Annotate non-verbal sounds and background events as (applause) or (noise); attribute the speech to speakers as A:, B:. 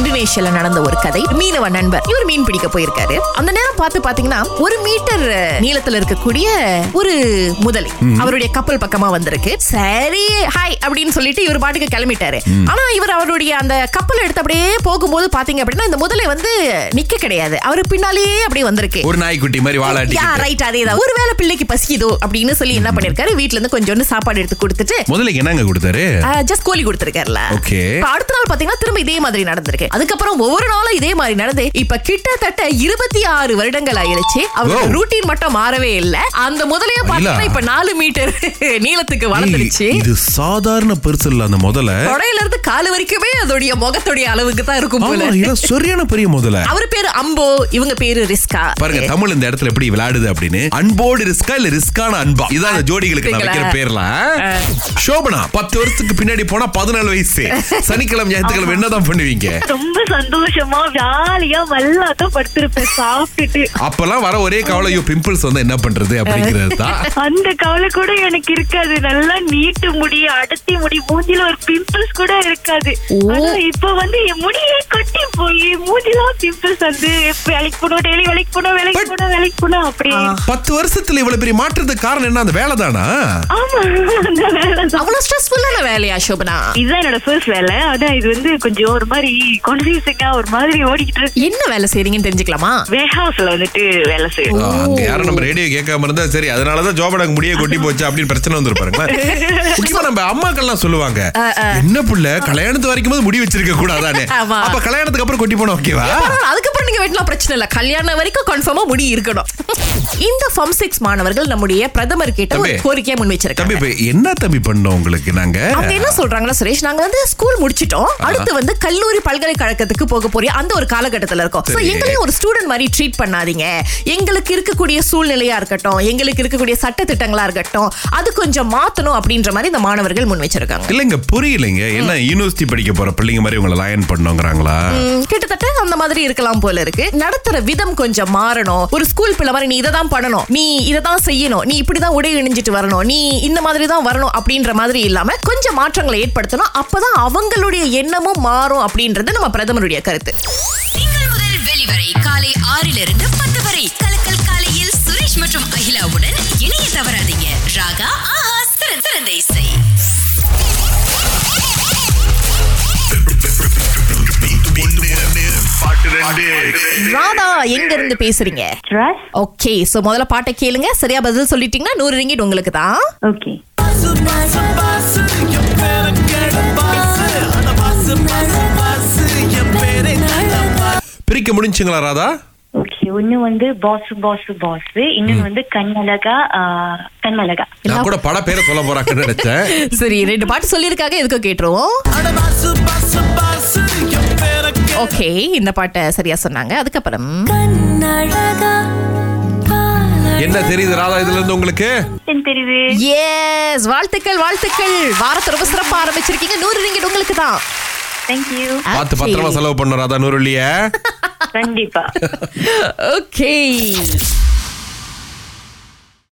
A: இந்தோனேஷியால நடந்த ஒரு கதை மீனவ நண்பர் இவர் மீன் பிடிக்க போயிருக்காரு அந்த நேரம் பார்த்து பாத்தீங்கன்னா ஒரு மீட்டர் நீளத்துல இருக்கக்கூடிய ஒரு முதலை அவருடைய கப்பல் பக்கமா வந்திருக்கு சரி ஹாய் அப்படின்னு சொல்லிட்டு இவர் பாட்டுக்கு கிளம்பிட்டாரு ஆனா இவர் அவருடைய அந்த கப்பல் எடுத்து அப்படியே போகும்போது பாத்தீங்க அப்படின்னா இந்த முதலை வந்து நிக்க கிடையாது அவரு பின்னாலேயே அப்படியே வந்திருக்கு
B: ஒரு நாய்க்குட்டி மாதிரி வாழாட்டி
A: யா ரைட் அதேதான் ஒருவேளை பிள்ளைக்கு பசிக்குதோ அப்படின்னு சொல்லி என்ன பண்ணிருக்காரு வீட்ல இருந்து கொஞ்சோண்டு சாப்பாடு எடுத்து கொடுத்துட்டு
B: முதல்ல என்னங்க கொடுத்தாரு
A: ஜஸ்ட் கோலி கொடுத்திருக்காருல
B: Okay.
A: இப்ப அடுத்த நாள் பாத்தீங்கன்னா திரும்ப இதே மாதிரி நடந்திருக்கு அதுக்கப்புறம் ஒவ்வொரு நாளும் இதே மாதிரி நடந்து இப்ப கிட்டத்தட்ட இருபத்தி ஆறு வருடங்கள் ஆயிருச்சு அவரோட
B: Wow.
A: ரூட்டீன் மட்டும் மாறவே இல்ல அந்த முதலையே பாத்தீங்கன்னா இப்ப நாலு மீட்டர் (laughs) நீளத்துக்கு வளர்ந்துருச்சு
C: இது சாதாரண பெருசு இல்ல அந்த முதல்ல
A: தொடையில இருந்து காலு வரைக்குமே அதோடைய முகத்துடைய அளவுக்கு தான் இருக்கும் போல
C: ஆமா, இதெல்லாம் சரியான பெரிய முதல்ல
A: அவர் பேரு அம்போ இவங்க பேரு ரிஸ்கா
B: பாருங்க தமிழ் இந்த இடத்துல எப்படி விளையாடுது அப்படின்னு அன்போடு ரிஸ்கா இல்ல ரிஸ்கான அன்பா இதான் அந்த ஜோடிகளுக்கு நான் வைக்கிற பேர்லாம் சோபனா பத்து வருஷத்துக்கு பின்னாடி போனா பதினாலு வயசு சனிக்கிழமை ஞாயிற்றுக்கிழமை என்னதான் பண்ணுவீங்க
D: ரொம்ப சந்தோஷமா ஜாலியா மல்லாக்க படுத்திருப்பேன் சாப்பிட்டுட்டு
B: அப்பெல்லாம் வர ஒரே கவலை ஐயோ பிம்பிள்ஸ் வந்தா என்ன பண்றது அப்படிங்கிறது தான்
D: அந்த கவலை கூட எனக்கு இருக்காது நல்லா நீட்டு முடி அடர்த்தி முடி மூஞ்சில ஒரு பிம்பிள்ஸ் கூட இருக்காது ஆனா இப்ப வந்து என் முடியே கொட்டி போய் மூஞ்சிலாம் பிம்பிள்ஸ் வந்து எப்ப வேலைக்கு போனோம் டெய்லி வேலைக்கு போனோம் வேலைக்கு
B: But-
D: போனோம் வேலைக்கு போனோம் அப்படியே
B: பத்து வருஷத்துல இவ்வளவு பெரிய மாற்றத்துக்கு காரணம் என்ன அந்த வேலை தானா
D: ஆமா அந்த வேலைதான்
A: அவ்வளவு ஸ்ட்ரெஸ்ஃபுல்லான வேலையா சோபனா
D: இதுதான் என்னோட ஃபர்ஸ்ட் வேலை ஆனா இது வந்து கொஞ்சம் ஒரு மாதிரி கன்ஃபியூசிங்கா ஒரு மாதிரி ஓடிக்கிட்டு இருக்கு
A: என்ன வேலை செய்றீங்கன்னு தெரிஞ்சுக்கலாமா
D: வேர் ஹவுஸ்ல வந்துட்டு வேலை செய்யணும்
B: ஆ, அங்க யாரும் நம்ம ரேடியோ கேட்காம இருந்தா சரி அதனாலதான் ஜோபடாக்கு முடிய கொட்டி போச்சு அப்படின்னு பிரச்சனை (laughs) வந்திருப்பாருங்களா முக்கியமா நம்ம அம்மாக்கள்லாம் சொல்லுவாங்க என்ன புள்ள கல்யாணத்து வரைக்கும் போது முடி வச்சிருக்க (laughs) கூடாதானே
A: ஆமா.
B: அப்ப கல்யாணத்துக்கு அப்புறம் கொட்டி போன ஓகேவா
A: பரவாயில்ல, அதுக்கப்புறம் நீங்க வெட்டலாம் பிரச்சனை இல்ல கல்யாணம் வரைக்கும் கன்ஃபார்மா முடி இருக்கணும் இந்த ஃபார்ம் சிக்ஸ் மாணவர்கள் நம்முடைய பிரதமர் கிட்ட ஒரு
B: தம்பி.
A: கோரிக்கையை முன் வச்சிருக்காங்க
B: தம்பி இப்ப என்ன தம்பி பண்ணோம் உங்களுக்கு நாங்க
A: அவங்க என்ன சொல்றாங்கன்னா சுரேஷ் நாங்க வந்து ஸ்கூல் முடிச்சிட்டோம் அடுத்து வந்து கல்லூரி பல்கலைக்கழகத்துக்கு போக போறிய அந்த ஒரு காலகட்டத்துல இருக்கோம் சோ
B: சரி.
A: எங்களையும் ஒரு ஸ்டூடெண்ட் மாதிரி ட்ரீட் பண்ணாதீங்க எங்களுக்கு இருக்கக்கூடிய சூழ்நிலையா இருக்கட்டும் எங்களுக்கு இருக்கக்கூடிய சட்ட திட்டங்களா இருக்கட்டும் அது கொஞ்சம் மாத்தணும் அப்படின்ற மாதிரி இந்த மாணவர்கள் முன் வச்சிருக்காங்க
B: இல்லைங்க புரியலைங்க என்ன யூனிவர்சிட்டி படிக்க போற பிள்ளைங்க மாதிரி உங்களை லயன் பண்ணோங்கிறாங்களா
A: ம், கிட்டத்தட்ட அந்த மாதிரி இருக்கலாம் போல இருக்கு நடத்துற விதம் கொஞ்சம் மாறணும் ஒரு ஸ்கூல் பிள்ளை மாதிரி நீ இதை தான் பண்ணணும் நீ இதை தான் செய்யணும் நீ இப்படிதான் உடை இணைஞ்சிட்டு வரணும் நீ இந்த மாதிரி தான் வரணும் அப்படின்ற மாதிரி இல்லாம கொஞ்சம் மாற்றங்களை ஏற்படுத்தணும் அப்பதான் அவங்களுடைய எண்ணமும் மாறும் அப்படின்றது நம்ம பிரதமருடைய கருத்து
E: திங்கள் முதல் வெளிவரை காலை ஆறிலிருந்து பத்து வரை கலக்கல் காலையில் சுரேஷ் மற்றும் அகிலாவுடன் இணைய தவறாதீங்க ராகா ஆஹா சிறந்த சிறந்த இசை
A: ராதா எங்க இருந்து பேசுறீங்க ஓகே சோ முதல்ல பாட்டை கேளுங்க சரியா பதில் சொல்லிட்டீங்கன்னா நூறு ரிங்கிட் உங்களுக்கு தான்
D: ஓகே
B: பிரிக்க முடிஞ்சுங்களா ராதா
D: ஓகே ஒண்ணு வந்து பாசு பாசு பாஸ் இன்னொன்னு வந்து கண்ணழகா ஆஹ், கண்ணழகா
B: நான் கூட பட பேரை சொல்ல போறாங்கன்னு (laughs) நினைச்சேன்
A: சரி ரெண்டு பாட்டு சொல்லியிருக்காங்க எதுக்கும் கேட்டுருவோம் ஓகே இந்த பாட்டை சரியா சொன்னாங்க அதுக்கப்புறம்
B: என்ன தெரியுது ராதா இதுல இருந்து உங்களுக்கு
D: என்ன தெரியுது
A: எஸ் வாழ்த்துக்கள் வாழ்த்துக்கள் வாரத்தை ரொம்ப சிறப்பா ஆரம்பிச்சிருக்கீங்க நூறு ரிங்கிட் உங்களுக்கு தான்
D: தேங்க்யூ
B: பார்த்து பத்திரமா செலவு பண்ண ராதா நூறு இல்லையா
D: கண்டிப்பா
A: ஓகே